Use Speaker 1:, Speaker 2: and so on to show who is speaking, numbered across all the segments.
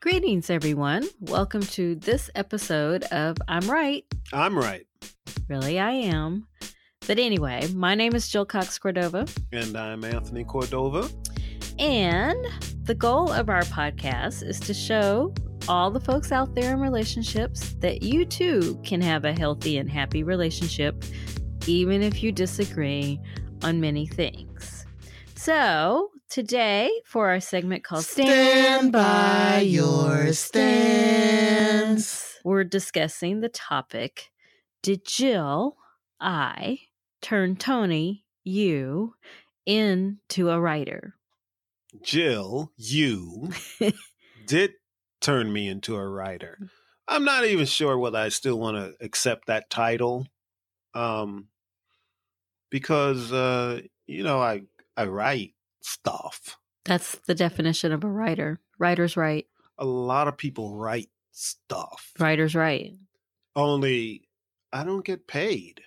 Speaker 1: Greetings, everyone. Welcome to this episode of I'm Right.
Speaker 2: I'm right.
Speaker 1: Really, I am. But anyway, my name is Jill Cox Cordova,
Speaker 2: And I'm Anthony Cordova.
Speaker 1: and the goal of our podcast is to show all the folks out there in relationships that you too can have a healthy and happy relationship, even if you disagree on many things. So, today, for our segment called
Speaker 3: Stand by your stance.
Speaker 1: we're discussing the topic Did Jill, I, turn Tony, you, into a writer?
Speaker 2: Jill, you did turn me into a writer.
Speaker 1: Mm.
Speaker 2: I'm not even sure whether I still want to accept that title. Um because uh you know I I write stuff.
Speaker 1: That's the definition of a writer. Writer's right.
Speaker 2: A lot of people write stuff.
Speaker 1: Writer's right.
Speaker 2: Only I don't get paid.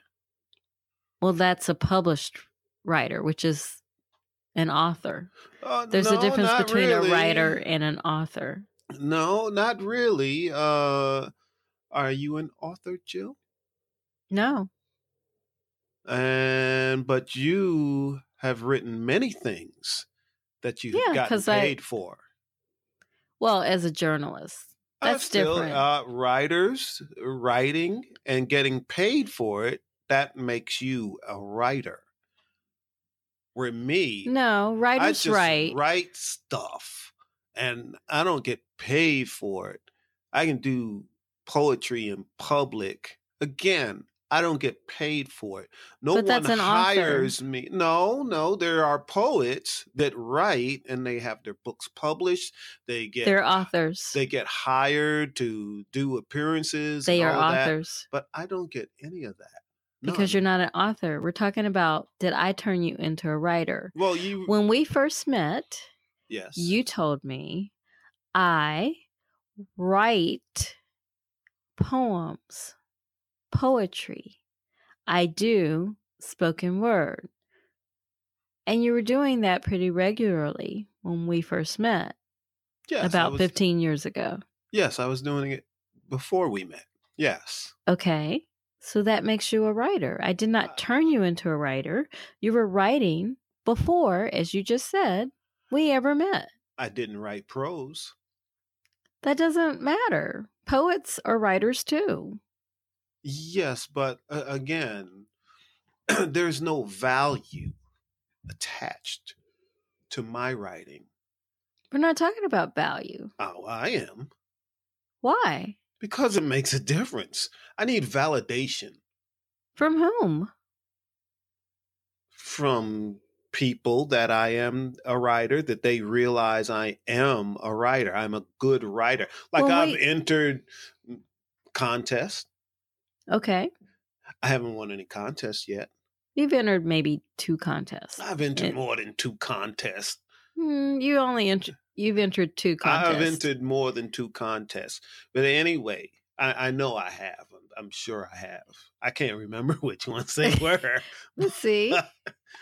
Speaker 1: Well, that's a published writer, which is an author.
Speaker 2: Uh,
Speaker 1: There's a
Speaker 2: no,
Speaker 1: difference
Speaker 2: not
Speaker 1: between
Speaker 2: really.
Speaker 1: a writer and an author.
Speaker 2: No, not really. Uh are you an author, Jill?
Speaker 1: No,
Speaker 2: and but you have written many things that you
Speaker 1: Yeah,
Speaker 2: have gotten
Speaker 1: 'cause I-
Speaker 2: paid for.
Speaker 1: well, as a journalist,
Speaker 2: Uh,
Speaker 1: That's
Speaker 2: still,
Speaker 1: different.
Speaker 2: Uh, writers uh, writing and getting paid for it that makes you a writer. Where me,
Speaker 1: no,
Speaker 2: I
Speaker 1: writer's
Speaker 2: just
Speaker 1: right.
Speaker 2: write stuff, and I don't get paid for it. I can do poetry in public. Again, I don't get paid for it. No
Speaker 1: But that's
Speaker 2: one
Speaker 1: an author.
Speaker 2: hires me. No, no, there are poets that write and they have their books published. They get
Speaker 1: They're authors. They,
Speaker 2: they get hired to do appearances. and
Speaker 1: are
Speaker 2: all that,
Speaker 1: authors
Speaker 2: but I don't get any of that
Speaker 1: because
Speaker 2: None.
Speaker 1: you're not an author. We're talking about did I turn you into a writer?
Speaker 2: Well, you
Speaker 1: When we first met,
Speaker 2: yes
Speaker 1: you told me I write poems, poetry. I do spoken word. And you were doing that pretty regularly when we first met
Speaker 2: yes, I
Speaker 1: about
Speaker 2: was-
Speaker 1: 15 years ago.
Speaker 2: Yes, I was doing it before we met. Yes.
Speaker 1: Okay. So that makes you a writer. I did not turn you into a writer. You were writing before, as you just said, we ever met.
Speaker 2: I didn't write prose.
Speaker 1: That doesn't matter. Poets are writers too.
Speaker 2: Yes, but uh, again, there's no value attached to my writing.
Speaker 1: We're not talking about value.
Speaker 2: Oh, I am
Speaker 1: Why?
Speaker 2: because it makes a difference. I need validation
Speaker 1: From whom?
Speaker 2: from people that I am a writer, that they realize I am a writer. I'm a good writer. Like
Speaker 1: Well,
Speaker 2: I've
Speaker 1: wait.
Speaker 2: entered mm, contests.
Speaker 1: Okay.
Speaker 2: I haven't won any contests yet.
Speaker 1: You've entered maybe two contests.
Speaker 2: I've entered
Speaker 1: It-
Speaker 2: more than two contests.
Speaker 1: Hmm, you only ent- you've entered two contests.
Speaker 2: I've entered more than two contests, but anyway, I, I know I have. I'm, I'm sure I have. I can't remember which ones they were.
Speaker 1: Let's see.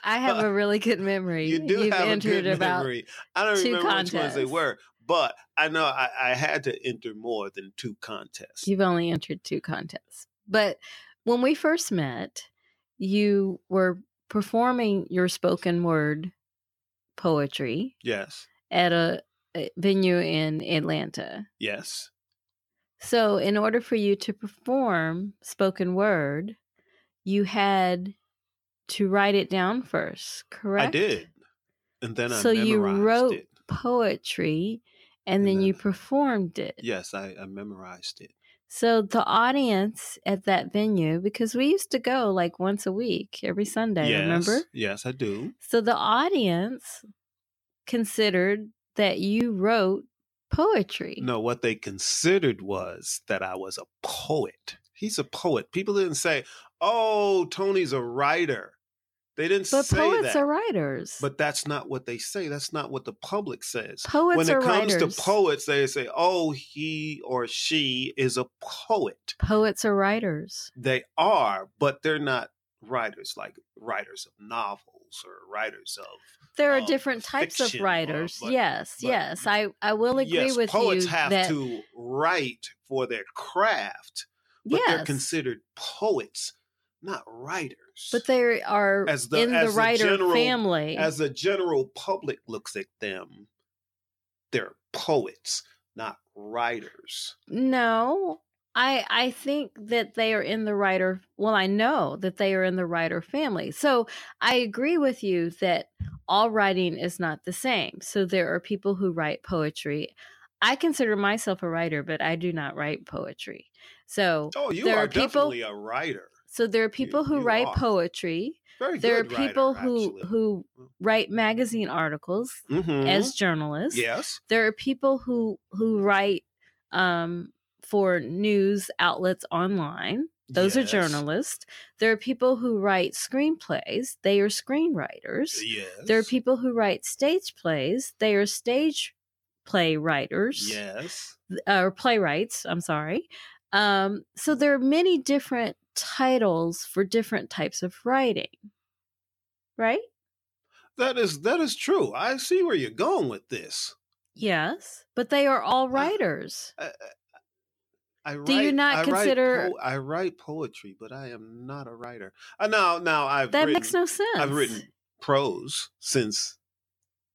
Speaker 1: I have a really good memory.
Speaker 2: you do
Speaker 1: have
Speaker 2: have a
Speaker 1: entered
Speaker 2: good
Speaker 1: about
Speaker 2: memory. I don't
Speaker 1: two
Speaker 2: remember which ones they
Speaker 1: contests.
Speaker 2: were, but I know I, I had to enter more than two contests.
Speaker 1: You've only entered two contests. But when we first met, you were performing your spoken word poetry
Speaker 2: yes,
Speaker 1: at a, a venue in Atlanta.
Speaker 2: yes,
Speaker 1: So, in order for you to perform spoken word, you had to write it down first, correct?
Speaker 2: I did, and then I
Speaker 1: So you
Speaker 2: memorized
Speaker 1: wrote-
Speaker 2: it.
Speaker 1: Poetry, and
Speaker 2: And
Speaker 1: then
Speaker 2: then-
Speaker 1: you performed it.
Speaker 2: Yes, I, I memorized it.
Speaker 1: So the audience at that venue, because we used to go like once a week, every Sunday,
Speaker 2: yes,
Speaker 1: remember?
Speaker 2: Yes, I do.
Speaker 1: So the audience considered that you wrote poetry.
Speaker 2: No, what they considered was that I was a poet. He's a poet. People didn't say, "Oh, Tony's a writer." They didn't
Speaker 1: but
Speaker 2: say
Speaker 1: poets
Speaker 2: that.
Speaker 1: are writers.
Speaker 2: But that's not what they say. That's not what the public says.
Speaker 1: poets
Speaker 2: when
Speaker 1: are
Speaker 2: it comes
Speaker 1: writers.
Speaker 2: to poets, they say, "Oh, he or she is a poet."
Speaker 1: poets are writers.
Speaker 2: They are, but they're not writers like writers of novels novels or writers of.
Speaker 1: There are
Speaker 2: of
Speaker 1: different types of
Speaker 2: Oh, fiction, uh,
Speaker 1: writers.
Speaker 2: but-
Speaker 1: yes,
Speaker 2: but-
Speaker 1: yes. I, I will agree
Speaker 2: yes,
Speaker 1: with
Speaker 2: poets
Speaker 1: you
Speaker 2: have
Speaker 1: that
Speaker 2: to write for their craft, but they're
Speaker 1: yes,
Speaker 2: considered poets, not writers.
Speaker 1: but they are
Speaker 2: As the-
Speaker 1: in the
Speaker 2: as the
Speaker 1: writer
Speaker 2: general-
Speaker 1: family.
Speaker 2: as the general public looks at them, they're poets, not writers.
Speaker 1: No, I I think that they are in the writer. Well, I know that they are in the writer family. So I agree with you that all writing is not the same. So there are people who write poetry. I consider myself a writer, but I do not write poetry. So
Speaker 2: Oh, you
Speaker 1: There
Speaker 2: are
Speaker 1: are people-
Speaker 2: definitely a writer.
Speaker 1: so there are people who
Speaker 2: you
Speaker 1: write
Speaker 2: are.
Speaker 1: poetry.
Speaker 2: Very
Speaker 1: There are
Speaker 2: good writer,
Speaker 1: people who
Speaker 2: actually.
Speaker 1: who write magazine articles
Speaker 2: Mhm.
Speaker 1: as journalists.
Speaker 2: yes,
Speaker 1: there are people who who write um, for news outlets online those
Speaker 2: Yes.
Speaker 1: are journalists there are people who write screenplays they are screenwriters
Speaker 2: Yes,
Speaker 1: there are people who write stage plays they are stage play writers
Speaker 2: Yes,
Speaker 1: uh, or playwrights i'm sorry um, so there are many different titles for different types of writing right
Speaker 2: that is that is true. I see where you're going with this.
Speaker 1: yes but they are all writers
Speaker 2: I write,
Speaker 1: Do you not
Speaker 2: I
Speaker 1: consider-
Speaker 2: Write po- I write poetry, but I am not a writer. Uh, now, now I've
Speaker 1: That
Speaker 2: written,
Speaker 1: makes no sense.
Speaker 2: I've written prose since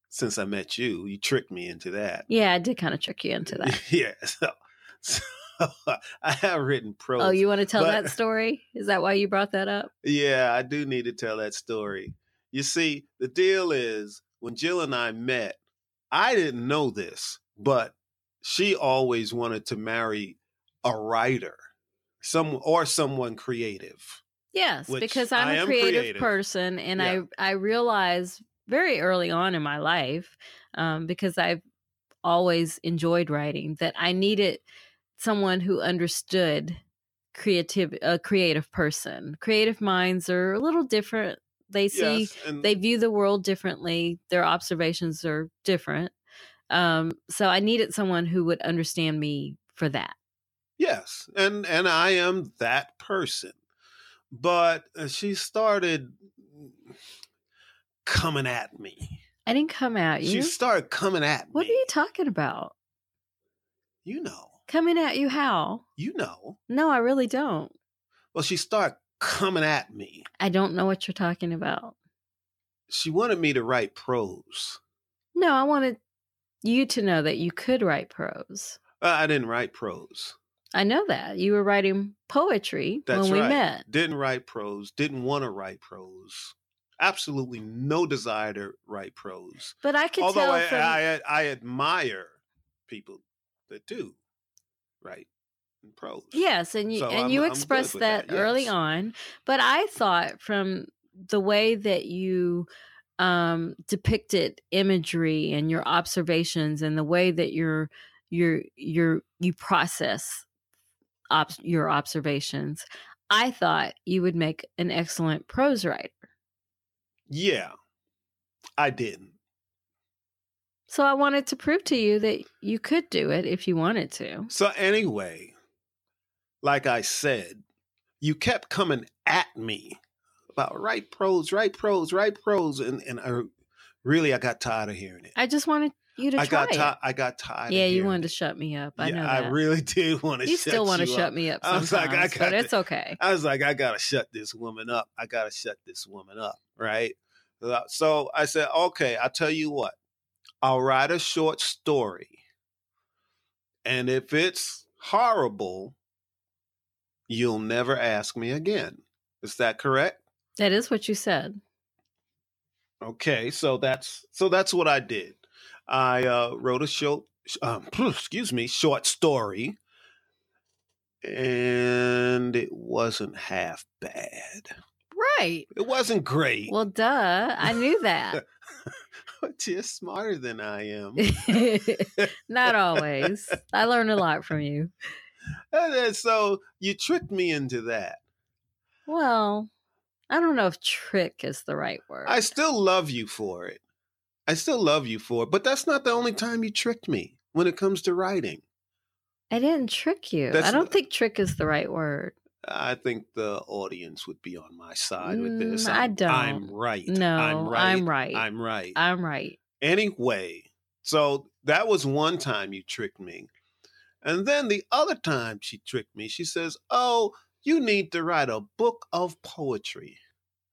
Speaker 2: since I met you. You tricked me into that.
Speaker 1: Yeah, I did kind of trick you into that.
Speaker 2: yeah. So, so I have written prose.
Speaker 1: oh, you want to tell
Speaker 2: But-
Speaker 1: that story? Is that why you brought that up?
Speaker 2: Yeah, I do need to tell that story. You see, the deal is when Jill and I met, I didn't know this, but she always wanted to marry a writer, some or someone creative.
Speaker 1: Yes,
Speaker 2: Which
Speaker 1: because
Speaker 2: I
Speaker 1: I'm a
Speaker 2: am
Speaker 1: creative,
Speaker 2: creative.
Speaker 1: person, and
Speaker 2: Yeah.
Speaker 1: I I realized very early on in my life, um, because I've always enjoyed writing, that I needed someone who understood creative a creative person. Creative minds are a little different. They see
Speaker 2: Yes, and
Speaker 1: they view the world differently their observations are different um so i needed someone who would understand me for that
Speaker 2: yes, and and I am that person. But uh, she started coming at me.
Speaker 1: i didn't come at you
Speaker 2: She started coming at
Speaker 1: what
Speaker 2: me.
Speaker 1: are you talking about
Speaker 2: you know,
Speaker 1: coming at you how
Speaker 2: you know.
Speaker 1: no i really don't
Speaker 2: Well, she started coming at me.
Speaker 1: i don't know what you're talking about
Speaker 2: she wanted me to write prose.
Speaker 1: no i wanted you to know that you could write prose
Speaker 2: Uh, I didn't write prose.
Speaker 1: i know that you were writing poetry
Speaker 2: That's
Speaker 1: when we
Speaker 2: right.
Speaker 1: met
Speaker 2: Didn't write prose. Didn't want to write prose. Absolutely no desire to write prose.
Speaker 1: but i could
Speaker 2: Although
Speaker 1: tell
Speaker 2: I,
Speaker 1: from
Speaker 2: I I admire people that do write in prose.
Speaker 1: Yes, and you
Speaker 2: So
Speaker 1: and
Speaker 2: I'm-
Speaker 1: you
Speaker 2: I'm good
Speaker 1: expressed
Speaker 2: with
Speaker 1: that,
Speaker 2: that,
Speaker 1: early
Speaker 2: yes.
Speaker 1: on, but I thought from the way that you um depicted imagery and your observations and the way that you're you're you're you process ob- your observations, I thought you would make an excellent prose writer.
Speaker 2: Yeah, I didn't.
Speaker 1: So I wanted to prove to you that you could do it if you wanted to.
Speaker 2: So anyway, like I said, you kept coming at me about write prose, write prose, write prose, and and I really I got tired of hearing it.
Speaker 1: I just wanted you to
Speaker 2: I
Speaker 1: try
Speaker 2: got
Speaker 1: it.
Speaker 2: tired. I got tired.
Speaker 1: yeah,
Speaker 2: of
Speaker 1: you
Speaker 2: hearing
Speaker 1: wanted
Speaker 2: it.
Speaker 1: to shut me up. I
Speaker 2: yeah,
Speaker 1: know
Speaker 2: I
Speaker 1: that.
Speaker 2: really did want to.
Speaker 1: you still want to shut
Speaker 2: up.
Speaker 1: me up
Speaker 2: I
Speaker 1: sometimes,
Speaker 2: was like, I
Speaker 1: but
Speaker 2: got
Speaker 1: it's okay.
Speaker 2: I was like, I gotta shut this woman up. I gotta shut this woman up, right? Uh, So I said, okay, I'll tell you what. I'll write a short story, and if it's horrible, you'll never ask me again. Is that correct?
Speaker 1: That is what you said.
Speaker 2: Okay, so that's so that's what I did. I uh, wrote a short, um, excuse me, short story, and it wasn't half bad.
Speaker 1: Right.
Speaker 2: It wasn't great.
Speaker 1: Well, duh. I knew that.
Speaker 2: You're smarter than I am.
Speaker 1: Not always. I learned a lot from you.
Speaker 2: And then, so you tricked me into that.
Speaker 1: Well, I don't know if trick is the right word.
Speaker 2: I still love you for it. I still love you for it, but that's not the only time you tricked me when it comes to writing.
Speaker 1: I didn't trick you.
Speaker 2: That's
Speaker 1: I don't
Speaker 2: not-
Speaker 1: think trick is the right word.
Speaker 2: I think the audience would be on my side with this.
Speaker 1: Mm, I
Speaker 2: I'm- I'm
Speaker 1: don't.
Speaker 2: right.
Speaker 1: No,
Speaker 2: I'm right.
Speaker 1: I'm right.
Speaker 2: I'm right.
Speaker 1: I'm right.
Speaker 2: Anyway, so that was one time you tricked me. And then the other time she tricked me, she says, Oh, you need to write a book of poetry.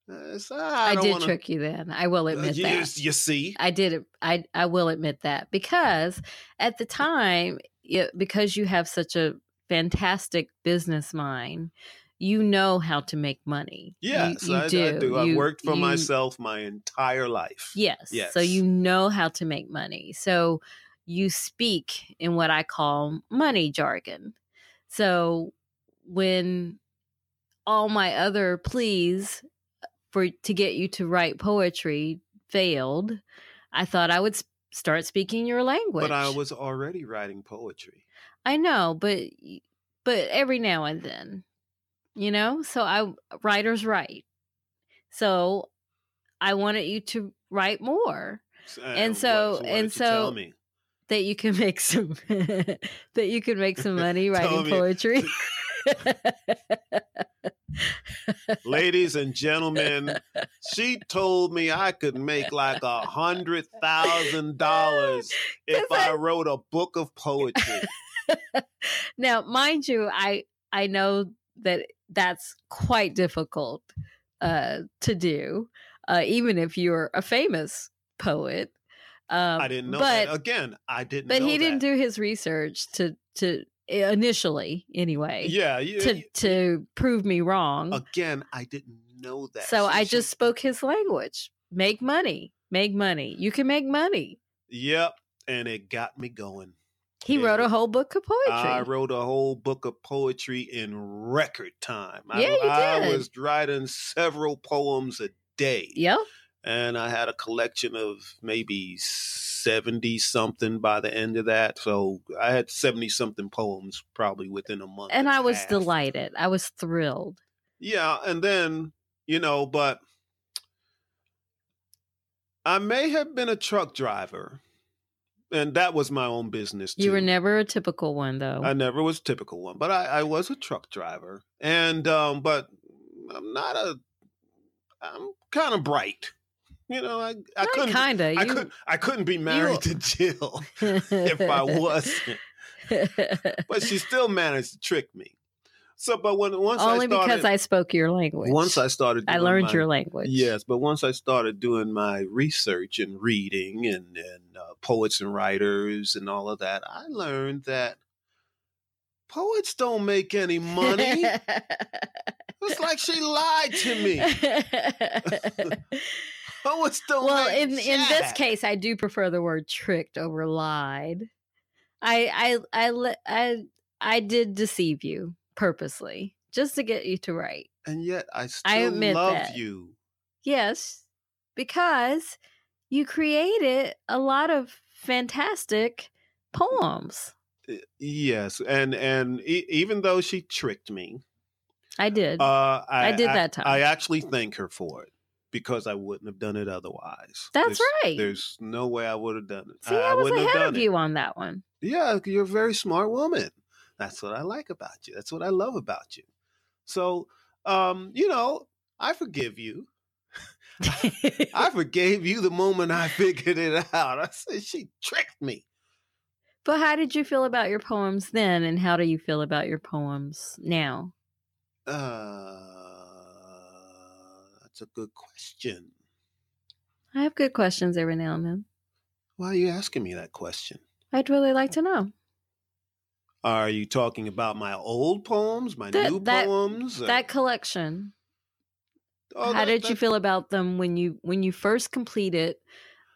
Speaker 2: I, said, "Ah, I
Speaker 1: I,
Speaker 2: don't
Speaker 1: did
Speaker 2: wanna-
Speaker 1: trick you then. I will
Speaker 2: Uh,
Speaker 1: admit
Speaker 2: you,
Speaker 1: that.
Speaker 2: you see?
Speaker 1: I did. I I will admit that because at
Speaker 2: Mm.
Speaker 1: the time, it, because you have such a fantastic business mind, you know how to make money. You-
Speaker 2: Yes,
Speaker 1: you
Speaker 2: I, I do. I've
Speaker 1: You-
Speaker 2: worked for
Speaker 1: you-
Speaker 2: myself my entire life.
Speaker 1: Yes. So
Speaker 2: Yes.
Speaker 1: you know how to make money. So you speak in what I call money jargon. So when all my other pleas for to get you to write poetry failed, I thought I would s- start speaking your language.
Speaker 2: But I was already writing poetry.
Speaker 1: I know, but y- but every now and then, you know. So I writers write. So I wanted you to write more.
Speaker 2: So,
Speaker 1: And
Speaker 2: what-
Speaker 1: so-
Speaker 2: what
Speaker 1: and
Speaker 2: did you tell
Speaker 1: so-
Speaker 2: me?
Speaker 1: that you can make some that you can make some money
Speaker 2: Tell
Speaker 1: writing
Speaker 2: me-
Speaker 1: poetry.
Speaker 2: ladies and gentlemen, she told me I could make like a hundred thousand dollars if
Speaker 1: 'Cause
Speaker 2: I,
Speaker 1: I-
Speaker 2: wrote a book of poetry.
Speaker 1: now, mind you, I I know that that's quite difficult uh, to do, uh, even if you're a famous poet. Um,
Speaker 2: I didn't know
Speaker 1: but
Speaker 2: that. Again, I didn't.
Speaker 1: but
Speaker 2: know
Speaker 1: he didn't
Speaker 2: that.
Speaker 1: do his research to to initially anyway
Speaker 2: Yeah, you,
Speaker 1: to to prove me wrong.
Speaker 2: again, I didn't know that.
Speaker 1: So
Speaker 2: See,
Speaker 1: I
Speaker 2: she-
Speaker 1: just spoke his language. Make money. Make money. You can make money.
Speaker 2: Yep, and it got me going.
Speaker 1: He
Speaker 2: Yeah.
Speaker 1: wrote a whole book of
Speaker 2: I
Speaker 1: poetry.
Speaker 2: wrote a whole book of poetry in record time.
Speaker 1: Yeah, you
Speaker 2: I, I
Speaker 1: did.
Speaker 2: was writing several poems a day.
Speaker 1: yep.
Speaker 2: and I had a collection of maybe 70 something by the end of that. So I had 70 something poems probably within a month.
Speaker 1: And I was
Speaker 2: half.
Speaker 1: delighted. I was thrilled.
Speaker 2: Yeah. And then, you know, but I may have been a truck driver, and that was my own business. Too.
Speaker 1: You were never a typical one though.
Speaker 2: I never was a typical one, but I, I was a truck driver, and um, but I'm not a. I'm kind of bright, you know. I I
Speaker 1: Not
Speaker 2: couldn't
Speaker 1: kinda.
Speaker 2: I
Speaker 1: you,
Speaker 2: couldn't. I couldn't be married to Jill if I wasn't, but she still managed to trick me. So, but when once
Speaker 1: Only
Speaker 2: I started,
Speaker 1: because I spoke your language.
Speaker 2: once I started,
Speaker 1: I
Speaker 2: doing
Speaker 1: learned
Speaker 2: my-
Speaker 1: your language.
Speaker 2: Yes, but once I started doing my research and reading and and uh, poets and writers and all of that, I learned that poets don't make any money. it's like she lied to me. Poets don't.
Speaker 1: well,
Speaker 2: make
Speaker 1: in in this
Speaker 2: jack.
Speaker 1: case, I do prefer the word tricked over lied. I I I le- I I did deceive you purposely just to get you to write.
Speaker 2: and yet I still
Speaker 1: admit
Speaker 2: love
Speaker 1: that.
Speaker 2: you.
Speaker 1: Yes, because you created a lot of fantastic poems.
Speaker 2: Uh, yes and and e- even though she tricked me
Speaker 1: I did.
Speaker 2: uh
Speaker 1: Mm.
Speaker 2: i,
Speaker 1: I did that time.
Speaker 2: i actually thank her for it because i wouldn't have done it otherwise
Speaker 1: That's
Speaker 2: There's-
Speaker 1: right.
Speaker 2: there's no way i would have done it
Speaker 1: See, I, was
Speaker 2: wouldn't have
Speaker 1: ahead
Speaker 2: done
Speaker 1: of
Speaker 2: it
Speaker 1: you on that one.
Speaker 2: yeah you're a very smart woman that's what i like about you that's what i love about you so um you know i forgive you i forgave you the moment i figured it out i said she tricked me
Speaker 1: but how did you feel about your poems then, and how do you feel about your poems now?
Speaker 2: uh that's a good question
Speaker 1: I have good questions every now and then.
Speaker 2: Why are you asking me that question?
Speaker 1: I'd really like to know.
Speaker 2: Are you talking about my old poems, my
Speaker 1: That-
Speaker 2: new
Speaker 1: that-
Speaker 2: poems? or-
Speaker 1: That collection. how
Speaker 2: Oh, that-
Speaker 1: did you
Speaker 2: that-
Speaker 1: feel about them when you when you first completed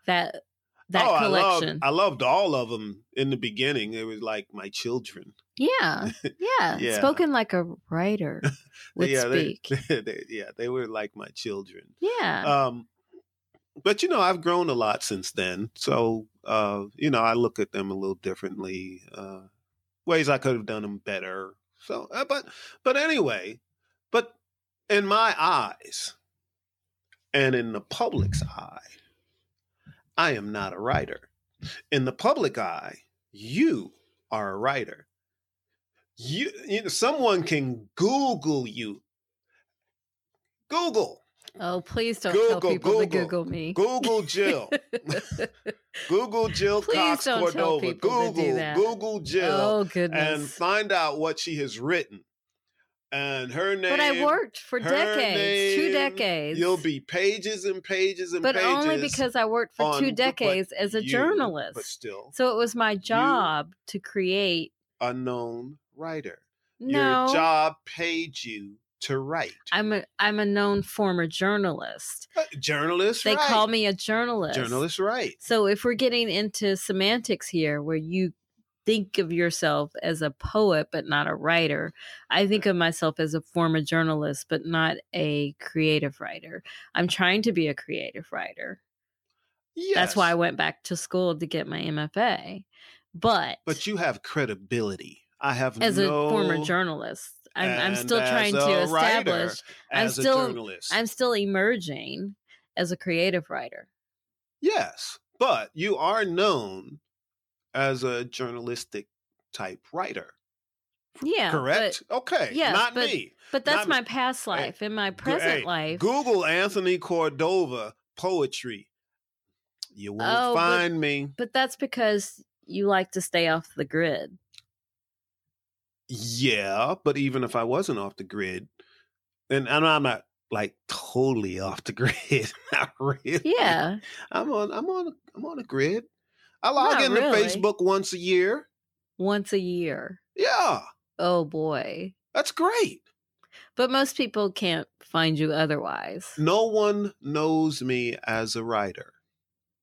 Speaker 1: that that
Speaker 2: Oh,
Speaker 1: collection?
Speaker 2: I loved, I loved all of them in the beginning. They were like my children.
Speaker 1: yeah, yeah,
Speaker 2: Yeah.
Speaker 1: Spoken like a writer would
Speaker 2: yeah, they-
Speaker 1: speak.
Speaker 2: they- yeah, they were like my children.
Speaker 1: yeah.
Speaker 2: Um, but you know, I've grown a lot since then. So uh, you know, I look at them a little differently. Uh, ways I could have done them better. So, uh, but but anyway, but in my eyes, and in the public's eye, I am not a writer. In the public eye, you are a writer. you, you know, someone can Google you. Google,
Speaker 1: Oh, please don't tell
Speaker 2: Google,
Speaker 1: people to
Speaker 2: Google,
Speaker 1: Google me. Oh,
Speaker 2: Google Jill, Google Jill
Speaker 1: Please
Speaker 2: Cox
Speaker 1: don't tell
Speaker 2: Cordova,
Speaker 1: people to do
Speaker 2: Google,
Speaker 1: that.
Speaker 2: Google Jill,
Speaker 1: oh
Speaker 2: and
Speaker 1: goodness!
Speaker 2: find out what she has written. And her name,
Speaker 1: but I worked for
Speaker 2: her
Speaker 1: decades, two
Speaker 2: name,
Speaker 1: decades.
Speaker 2: You'll be pages and pages and
Speaker 1: but
Speaker 2: pages,
Speaker 1: only because I worked for
Speaker 2: on-
Speaker 1: two
Speaker 2: but
Speaker 1: decades as a
Speaker 2: you- but
Speaker 1: journalist.
Speaker 2: still
Speaker 1: So it was my job to create.
Speaker 2: unknown writer.
Speaker 1: no,
Speaker 2: Your job paid you to write.
Speaker 1: I'm a I'm a known former journalist.
Speaker 2: Uh, journalist.
Speaker 1: they
Speaker 2: right.
Speaker 1: call me a journalist.
Speaker 2: journalist, right?
Speaker 1: So if we're getting into semantics here, where you think of yourself as a poet but not a writer, I think of myself as a former journalist but not a creative writer. I'm trying to be a creative writer.
Speaker 2: Yes.
Speaker 1: That's why I went back to school to get my MFA. But,
Speaker 2: But you have credibility. I have
Speaker 1: as a
Speaker 2: no-
Speaker 1: former journalist, I'm, I'm
Speaker 2: and
Speaker 1: still
Speaker 2: as
Speaker 1: trying to
Speaker 2: a
Speaker 1: establish.
Speaker 2: writer,
Speaker 1: I'm
Speaker 2: as
Speaker 1: still-
Speaker 2: a journalist.
Speaker 1: I'm still emerging as a creative writer.
Speaker 2: yes, but you are known as a journalistic type writer.
Speaker 1: Yeah, but-
Speaker 2: correct? okay.
Speaker 1: yes,
Speaker 2: not
Speaker 1: but
Speaker 2: me.
Speaker 1: But that's
Speaker 2: Not-
Speaker 1: my past life. In my present
Speaker 2: hey,
Speaker 1: life,
Speaker 2: Google Anthony Cordova poetry. You won't
Speaker 1: Oh, but-
Speaker 2: find me.
Speaker 1: But that's because you like to stay off the grid.
Speaker 2: Yeah, but even if I wasn't off the grid, and and I'm not like totally off the grid, not really.
Speaker 1: Yeah.
Speaker 2: I'm on. I'm on. I'm on a grid. I log
Speaker 1: Not
Speaker 2: into
Speaker 1: really.
Speaker 2: Facebook once a year.
Speaker 1: once a year.
Speaker 2: Yeah,
Speaker 1: Oh boy.
Speaker 2: that's great.
Speaker 1: But most people can't find you otherwise.
Speaker 2: No one knows me as a writer.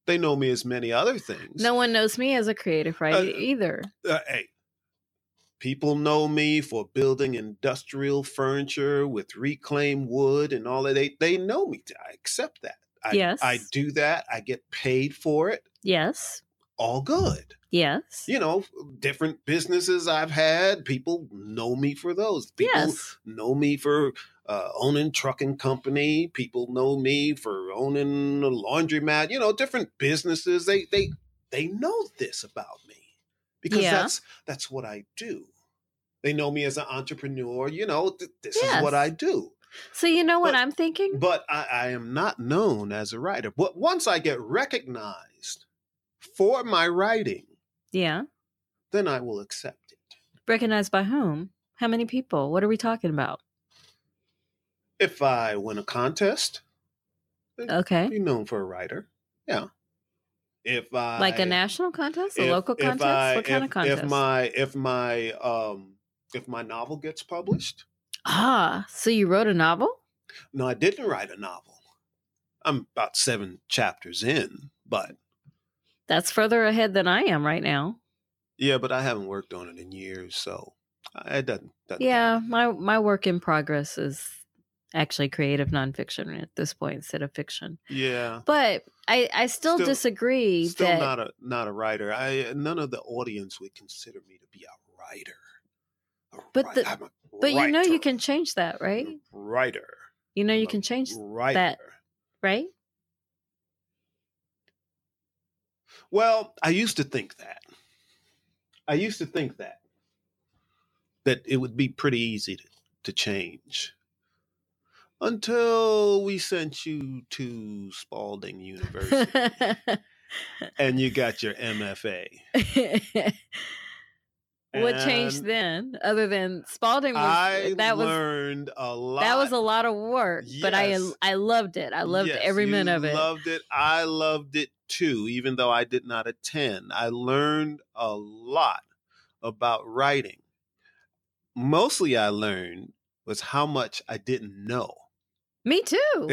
Speaker 2: They know me as many other things.
Speaker 1: No one knows me as a creative writer either.
Speaker 2: uh, hey, people know me for building industrial furniture with reclaimed wood and all that. They they know me. I accept that. I,
Speaker 1: Yes.
Speaker 2: I do that. I get paid for it.
Speaker 1: Yes.
Speaker 2: All good.
Speaker 1: Yes.
Speaker 2: You know, different businesses I've had, people know me for those. People
Speaker 1: yes.
Speaker 2: know me for uh, owning trucking company. People know me for owning a laundromat. You know, different businesses. They they they know this about me because
Speaker 1: Yeah.
Speaker 2: that's that's what I do. They know me as an entrepreneur. You know, th- this is
Speaker 1: Yes.
Speaker 2: what I do.
Speaker 1: So you know what
Speaker 2: But-
Speaker 1: I'm thinking?
Speaker 2: But I, I am not known as a writer. But once I get recognized for my writing,
Speaker 1: yeah.
Speaker 2: then I will accept it.
Speaker 1: Recognized by whom? How many people? What are we talking about?
Speaker 2: If I win a contest,
Speaker 1: Okay.
Speaker 2: be known for a writer. Yeah. If I
Speaker 1: Like a national contest, a
Speaker 2: if-
Speaker 1: local
Speaker 2: if
Speaker 1: contest?
Speaker 2: I-
Speaker 1: what kind
Speaker 2: if-
Speaker 1: of contest?
Speaker 2: If my if my um if my novel gets published,
Speaker 1: ah, so you wrote a novel?
Speaker 2: no, I didn't write a novel. I'm about seven chapters in, but
Speaker 1: That's further ahead than I am right now.
Speaker 2: yeah, but I haven't worked on it in years, so I- it doesn't. doesn't
Speaker 1: yeah
Speaker 2: count.
Speaker 1: my my work in progress is actually creative nonfiction at this point instead of fiction
Speaker 2: yeah.
Speaker 1: but i i still,
Speaker 2: Still-
Speaker 1: disagree
Speaker 2: Still
Speaker 1: that
Speaker 2: not a not a writer. I none of the audience would consider me to be a writer. A
Speaker 1: But
Speaker 2: wri-
Speaker 1: the-
Speaker 2: I'm a
Speaker 1: but you know you
Speaker 2: writer.
Speaker 1: can change that right
Speaker 2: writer.
Speaker 1: you know you
Speaker 2: I'm
Speaker 1: can
Speaker 2: a
Speaker 1: change
Speaker 2: writer.
Speaker 1: right
Speaker 2: Well, I used to think that. I used to think that. That it would be pretty easy to, to change. Until we sent you to Spalding University and you got your MFA.
Speaker 1: what changed
Speaker 2: And
Speaker 1: then other than spalding was
Speaker 2: I
Speaker 1: that was
Speaker 2: learned a lot.
Speaker 1: that was a lot of work but i
Speaker 2: Yes.
Speaker 1: i loved it i loved
Speaker 2: Yes,
Speaker 1: every
Speaker 2: you
Speaker 1: minute of it
Speaker 2: Loved it. I loved it too, even though I did not attend. I learned a lot about writing. Mostly, I learned was how much I didn't know,
Speaker 1: me too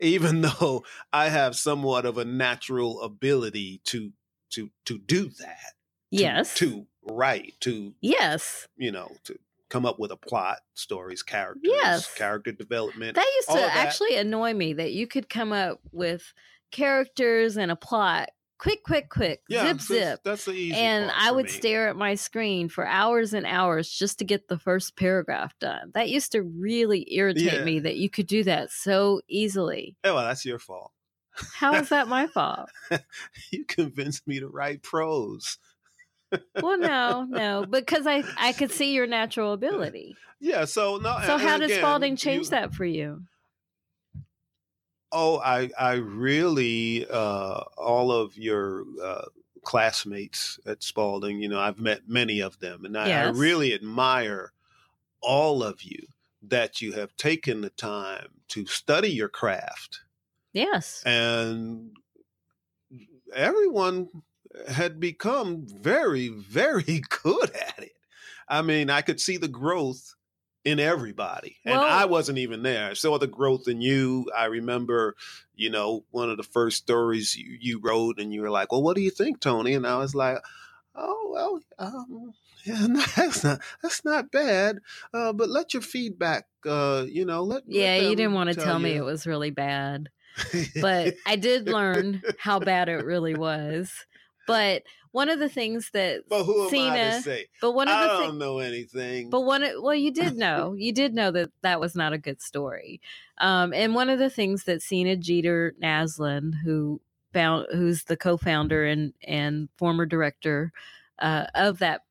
Speaker 2: even though I have somewhat of a natural ability to to to do that. to-
Speaker 1: yes
Speaker 2: To write, to
Speaker 1: yes
Speaker 2: you know, to come up with a plot, stories, characters,
Speaker 1: Yes.
Speaker 2: character development.
Speaker 1: That used
Speaker 2: all
Speaker 1: to
Speaker 2: of that.
Speaker 1: actually annoy me that you could come up with characters and a plot quick, quick, quick, zip,
Speaker 2: that's-
Speaker 1: zip.
Speaker 2: That's the easy.
Speaker 1: And
Speaker 2: part
Speaker 1: I
Speaker 2: for
Speaker 1: would
Speaker 2: me.
Speaker 1: stare at my screen for hours and hours just to get the first paragraph done. That used to really irritate
Speaker 2: Yeah.
Speaker 1: me that you could do that so easily.
Speaker 2: Oh, well, that's your fault.
Speaker 1: How is that my fault?
Speaker 2: You convinced me to write prose.
Speaker 1: well, no, no, because I I could see your natural ability.
Speaker 2: Yeah. So no.
Speaker 1: So
Speaker 2: and
Speaker 1: how did
Speaker 2: again,
Speaker 1: Spalding change
Speaker 2: you-
Speaker 1: that for you?
Speaker 2: Oh, I I really uh, all of your uh, classmates at Spalding. You know, I've met many of them, and I,
Speaker 1: Yes.
Speaker 2: I really admire all of you that you have taken the time to study your craft
Speaker 1: Yes.
Speaker 2: and everyone had become very very good at it i mean i could see the growth in everybody and
Speaker 1: Well-
Speaker 2: i wasn't even there i saw the growth in you i remember you know one of the first stories you, you wrote and you were like well what do you think tony and i was like oh well um, yeah, no, that's not that's not bad uh, but let your feedback uh, you know let let
Speaker 1: Yeah, you
Speaker 2: them
Speaker 1: didn't want to tell, me
Speaker 2: you."
Speaker 1: it was really bad, but I did learn how bad it really was. But one of the things that
Speaker 2: But um, who am I
Speaker 1: Cena-
Speaker 2: to say?
Speaker 1: but one of
Speaker 2: I
Speaker 1: the things
Speaker 2: don't know anything.
Speaker 1: But one, well, you did know, you did know that that was not a good story. Um, and one of the things that Cena Jeter Naslin, who found, who's the co-founder and and former director uh, of that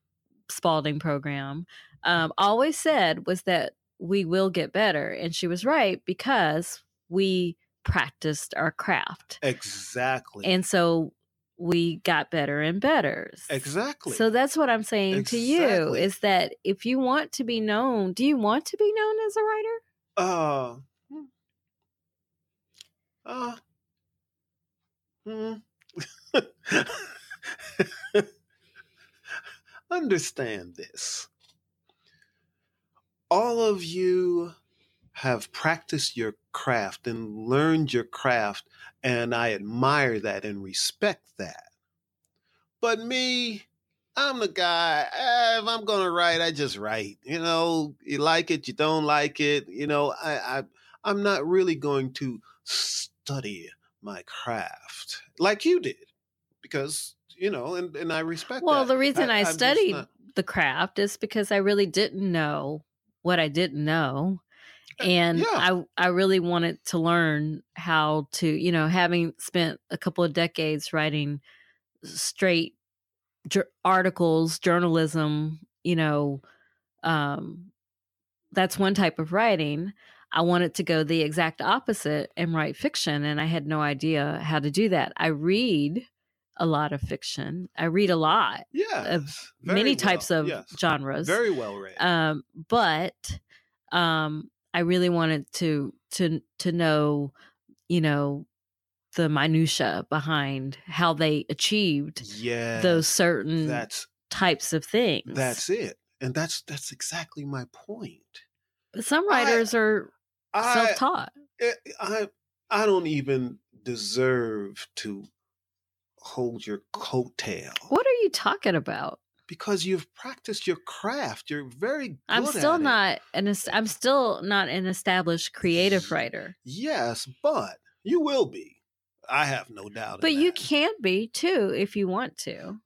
Speaker 1: Spalding program, um, always said was that we will get better, and she was right because we practiced our craft,
Speaker 2: exactly.
Speaker 1: and so we got better and better.
Speaker 2: exactly.
Speaker 1: So that's what I'm saying to you
Speaker 2: Exactly.
Speaker 1: is that if you want to be known, do you want to be known as a writer?
Speaker 2: uh, hmm. uh, hmm. Understand this. All of you have practiced your craft and learned your craft, and I admire that and respect that. But me, I'm the guy. eh, If I'm gonna write, I just write. You know, you like it, you don't like it. You know, I, I I'm not really going to study my craft like you did, because you know, and and I respect.
Speaker 1: Well,
Speaker 2: that.
Speaker 1: the reason I
Speaker 2: I'm just
Speaker 1: studied
Speaker 2: not-
Speaker 1: The craft is because I really didn't know what I didn't know. And
Speaker 2: yeah.
Speaker 1: I I really wanted to learn how to, you know, having spent a couple of decades writing straight jur- articles, journalism, you know, um that's one type of writing. I wanted to go the exact opposite and write fiction, and I had no idea how to do that. I read a lot of fiction. I read a lot,
Speaker 2: yes, very
Speaker 1: many
Speaker 2: well,
Speaker 1: types of
Speaker 2: yes.
Speaker 1: genres.
Speaker 2: very well read.
Speaker 1: um, but um, I really wanted to to to know, you know, the minutia behind how they achieved
Speaker 2: yeah,
Speaker 1: those certain
Speaker 2: That's
Speaker 1: types of things.
Speaker 2: that's it, and that's that's exactly my point.
Speaker 1: But some
Speaker 2: I-
Speaker 1: writers are
Speaker 2: I
Speaker 1: self-taught.
Speaker 2: I- I I don't even deserve to hold your coattail
Speaker 1: What are you talking about?
Speaker 2: because you've practiced your craft. You're very good.
Speaker 1: I'm
Speaker 2: at
Speaker 1: still
Speaker 2: it.
Speaker 1: not an es- I'm still not an established creative writer.
Speaker 2: Yes, but you will be. I have no doubt. in
Speaker 1: But you
Speaker 2: that.
Speaker 1: can be too if you want to.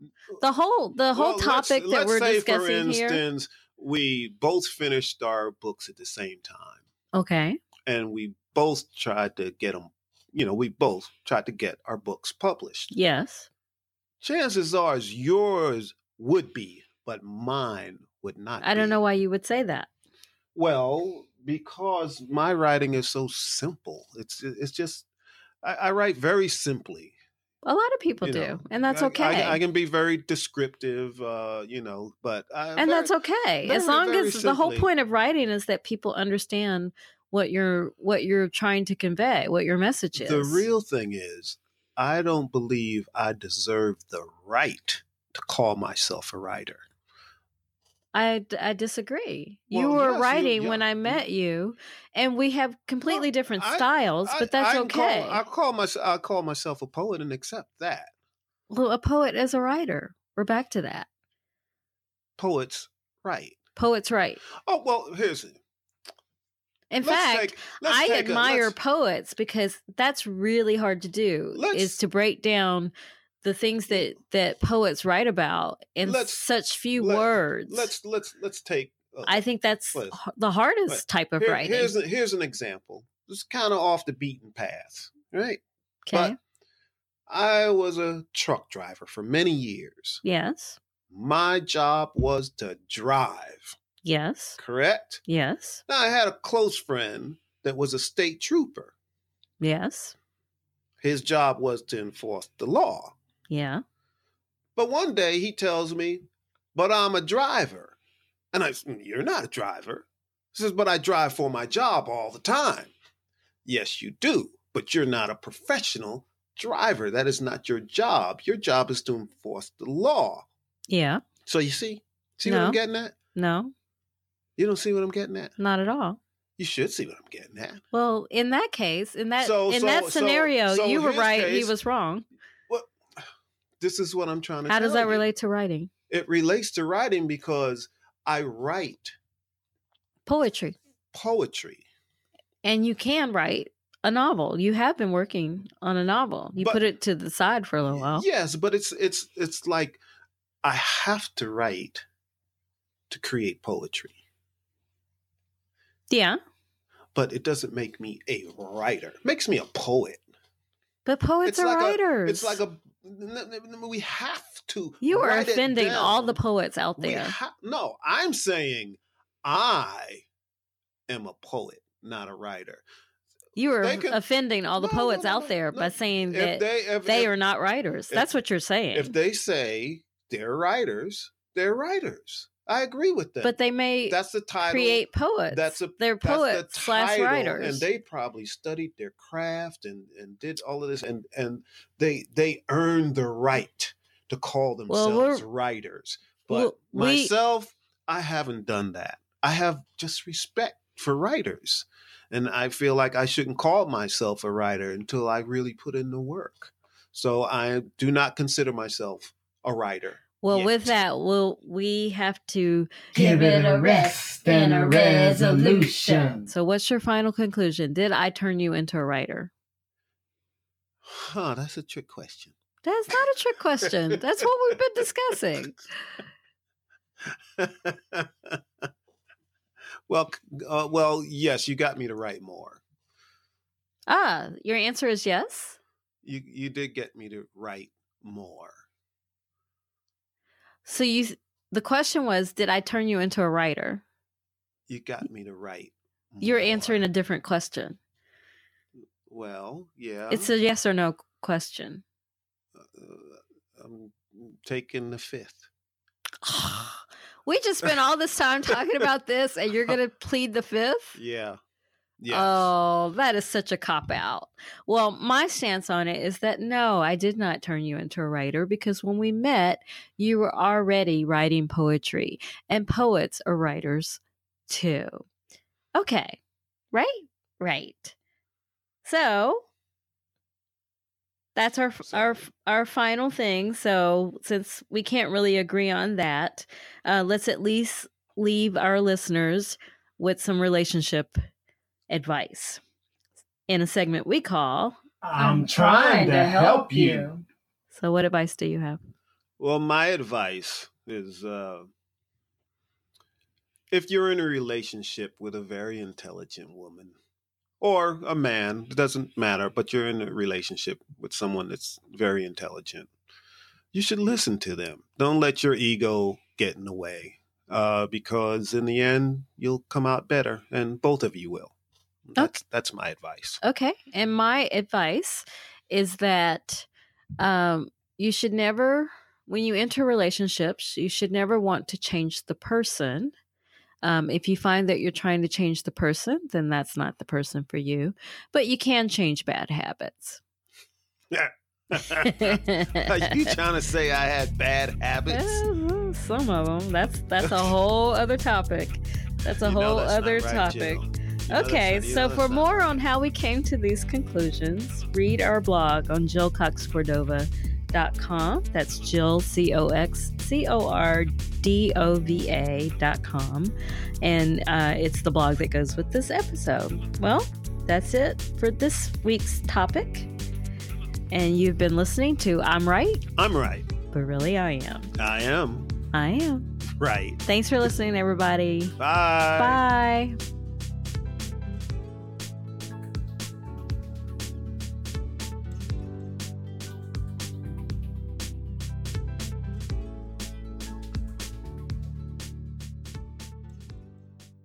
Speaker 1: The whole the whole
Speaker 2: Well, let's-
Speaker 1: topic that
Speaker 2: let's
Speaker 1: we're
Speaker 2: say,
Speaker 1: discussing
Speaker 2: for
Speaker 1: here.
Speaker 2: instance, we both finished our books at the same time.
Speaker 1: Okay.
Speaker 2: and we both tried to get them you know we both tried to get our books published
Speaker 1: Yes.
Speaker 2: chances are is yours would be but mine would not
Speaker 1: I don't
Speaker 2: be.
Speaker 1: know why you would say that.
Speaker 2: well because my writing is so simple it's it's just i, I write very simply
Speaker 1: A lot of people
Speaker 2: you
Speaker 1: do,
Speaker 2: know.
Speaker 1: and that's
Speaker 2: I-
Speaker 1: okay.
Speaker 2: I, I can be very descriptive uh you know but I,
Speaker 1: and that's okay. as
Speaker 2: very,
Speaker 1: long
Speaker 2: very
Speaker 1: as the whole
Speaker 2: simply.
Speaker 1: point of writing is that people understand what you're what you're trying to convey, what your message is.
Speaker 2: The real thing is, I don't believe I deserve the right to call myself a writer.
Speaker 1: I, d- I disagree. you
Speaker 2: Well,
Speaker 1: were
Speaker 2: yes, you-
Speaker 1: writing when
Speaker 2: yeah.
Speaker 1: I met you, and we have completely
Speaker 2: Well,
Speaker 1: different
Speaker 2: I-
Speaker 1: styles, but that's
Speaker 2: I, I can
Speaker 1: okay.
Speaker 2: Call, I call myself I call myself a poet and accept that
Speaker 1: well, a poet is a writer. We're back to that.
Speaker 2: poets write.
Speaker 1: Poets write.
Speaker 2: Oh well, here's it.
Speaker 1: In
Speaker 2: Let's
Speaker 1: fact,
Speaker 2: take- let's
Speaker 1: I
Speaker 2: take a-
Speaker 1: admire
Speaker 2: let's-
Speaker 1: poets because that's really hard to do is
Speaker 2: Let's-
Speaker 1: to break down the things that that poets write about in
Speaker 2: Let's-
Speaker 1: such few
Speaker 2: let-
Speaker 1: words.
Speaker 2: Let's let's let's take. a-
Speaker 1: I think that's
Speaker 2: let's-
Speaker 1: h- the hardest
Speaker 2: let's-
Speaker 1: type of
Speaker 2: here-
Speaker 1: writing.
Speaker 2: here's a, here's an example. It's kind of off the beaten path, right?
Speaker 1: okay.
Speaker 2: but- I was a truck driver for many years.
Speaker 1: yes.
Speaker 2: my job was to drive,
Speaker 1: Yes.
Speaker 2: correct?
Speaker 1: Yes.
Speaker 2: Now, I had a close friend that was a state trooper.
Speaker 1: Yes.
Speaker 2: His job was to enforce the law.
Speaker 1: Yeah.
Speaker 2: But one day he tells me, But I'm a driver. And I said, You're not a driver. He says, But I drive for my job all the time. Yes, you do, but you're not a professional driver. That is not your job. Your job is to enforce the law.
Speaker 1: Yeah.
Speaker 2: So you see? See what I'm
Speaker 1: No.
Speaker 2: getting at?
Speaker 1: No,
Speaker 2: You don't see what I'm getting at?
Speaker 1: not at all.
Speaker 2: You should see what I'm getting at.
Speaker 1: Well, in that case, in that
Speaker 2: So-
Speaker 1: in
Speaker 2: so-
Speaker 1: that
Speaker 2: so-
Speaker 1: scenario,
Speaker 2: so
Speaker 1: you were
Speaker 2: his
Speaker 1: right, he
Speaker 2: case-
Speaker 1: was wrong.
Speaker 2: This is what I'm trying to
Speaker 1: How does
Speaker 2: tell
Speaker 1: that
Speaker 2: you.
Speaker 1: relate to writing?
Speaker 2: It relates to writing because I write
Speaker 1: Poetry.
Speaker 2: poetry.
Speaker 1: And you can write a novel. You have been working on a novel. You
Speaker 2: But-
Speaker 1: put it to the side for a little while.
Speaker 2: Yes, but it's it's it's like I have to write to create poetry,
Speaker 1: Yeah.
Speaker 2: but it doesn't make me a writer. makes me a poet.
Speaker 1: But poets
Speaker 2: It's
Speaker 1: are
Speaker 2: like a-
Speaker 1: writers.
Speaker 2: It's like a n- n- n- we have to.
Speaker 1: You are
Speaker 2: write it
Speaker 1: offending all the
Speaker 2: down.
Speaker 1: poets out
Speaker 2: We
Speaker 1: there.
Speaker 2: ha- no, I'm saying I am a poet, not a writer.
Speaker 1: You are
Speaker 2: they can-
Speaker 1: offending all the
Speaker 2: No, no,
Speaker 1: poets
Speaker 2: no,
Speaker 1: out
Speaker 2: no,
Speaker 1: there
Speaker 2: no.
Speaker 1: by saying
Speaker 2: If
Speaker 1: that
Speaker 2: they if,
Speaker 1: they
Speaker 2: if-
Speaker 1: are not writers.
Speaker 2: if-
Speaker 1: That's what you're saying.
Speaker 2: if they say they're writers, they're writers. I agree with them.
Speaker 1: but they may
Speaker 2: that's the title.
Speaker 1: create poets.
Speaker 2: that's a-
Speaker 1: they're
Speaker 2: that's the
Speaker 1: poets slash
Speaker 2: title,
Speaker 1: writers.
Speaker 2: and they probably studied their craft and and did all of this, and and they they earned the right to call
Speaker 1: Well, we're-
Speaker 2: themselves writers. But
Speaker 1: Well, we-
Speaker 2: myself, I haven't done that. I have just respect for writers, and I feel like I shouldn't call myself a writer until I really put in the work. So I do not consider myself a writer.
Speaker 1: Well,
Speaker 2: Yeah.
Speaker 1: with that, we'll we have to
Speaker 3: Give it a rest and a resolution.
Speaker 1: So, what's your final conclusion? Did I turn you into a writer?
Speaker 2: Huh? That's a trick question.
Speaker 1: That's not a trick question. That's what we've been discussing.
Speaker 2: well, c- uh, well, yes, you got me to write more.
Speaker 1: Ah, your answer is yes.
Speaker 2: You you did get me to write more.
Speaker 1: So you, the question was, did I turn you into a writer?
Speaker 2: You got me to write.
Speaker 1: You're
Speaker 2: more.
Speaker 1: answering a different question.
Speaker 2: Well, yeah.
Speaker 1: It's a yes or no question.
Speaker 2: uh, I'm taking the fifth.
Speaker 1: we just spent all this time talking about this, and you're going to plead the fifth.
Speaker 2: Yeah. Yes.
Speaker 1: Oh, that is such a cop out. Well, my stance on it is that no, I did not turn you into a writer because when we met, you were already writing poetry, and poets are writers too. Okay, right? Right. So that's our our our final thing. So since we can't really agree on that, uh, let's at least leave our listeners with some relationship advice in a segment we call.
Speaker 3: I'm trying to help you.
Speaker 1: So, what advice do you have?
Speaker 2: Well, my advice is uh, if you're in a relationship with a very intelligent woman or a man, it doesn't matter, but you're in a relationship with someone that's very intelligent, you should listen to them. Don't let your ego get in the way uh, because in the end, you'll come out better, and both of you will. That's, that's my advice.
Speaker 1: Okay. And my advice is that um, you should never, when you enter relationships, you should never want to change the person. Um, if you find that you're trying to change the person, then that's not the person for you. But you can change bad habits.
Speaker 2: Are you trying to say I had bad habits?
Speaker 1: Uh, Some of them. That's that's a whole other topic. That's a
Speaker 2: You know
Speaker 1: whole
Speaker 2: that's not
Speaker 1: other
Speaker 2: right,
Speaker 1: topic.
Speaker 2: Jill. You know that's
Speaker 1: Okay,
Speaker 2: not- you know
Speaker 1: so
Speaker 2: that's
Speaker 1: for
Speaker 2: not
Speaker 1: more
Speaker 2: right.
Speaker 1: on how we came to these conclusions, read our blog on jillcoxcordova.com. That's Jill, C O X C O R D O V A.com. And uh, it's the blog that goes with this episode. Well, that's it for this week's topic. And you've been listening to I'm Right,
Speaker 2: I'm right.
Speaker 1: but really I am.
Speaker 2: I am
Speaker 1: I am.
Speaker 2: right.
Speaker 1: Thanks for listening, everybody.
Speaker 2: Bye.
Speaker 1: Bye.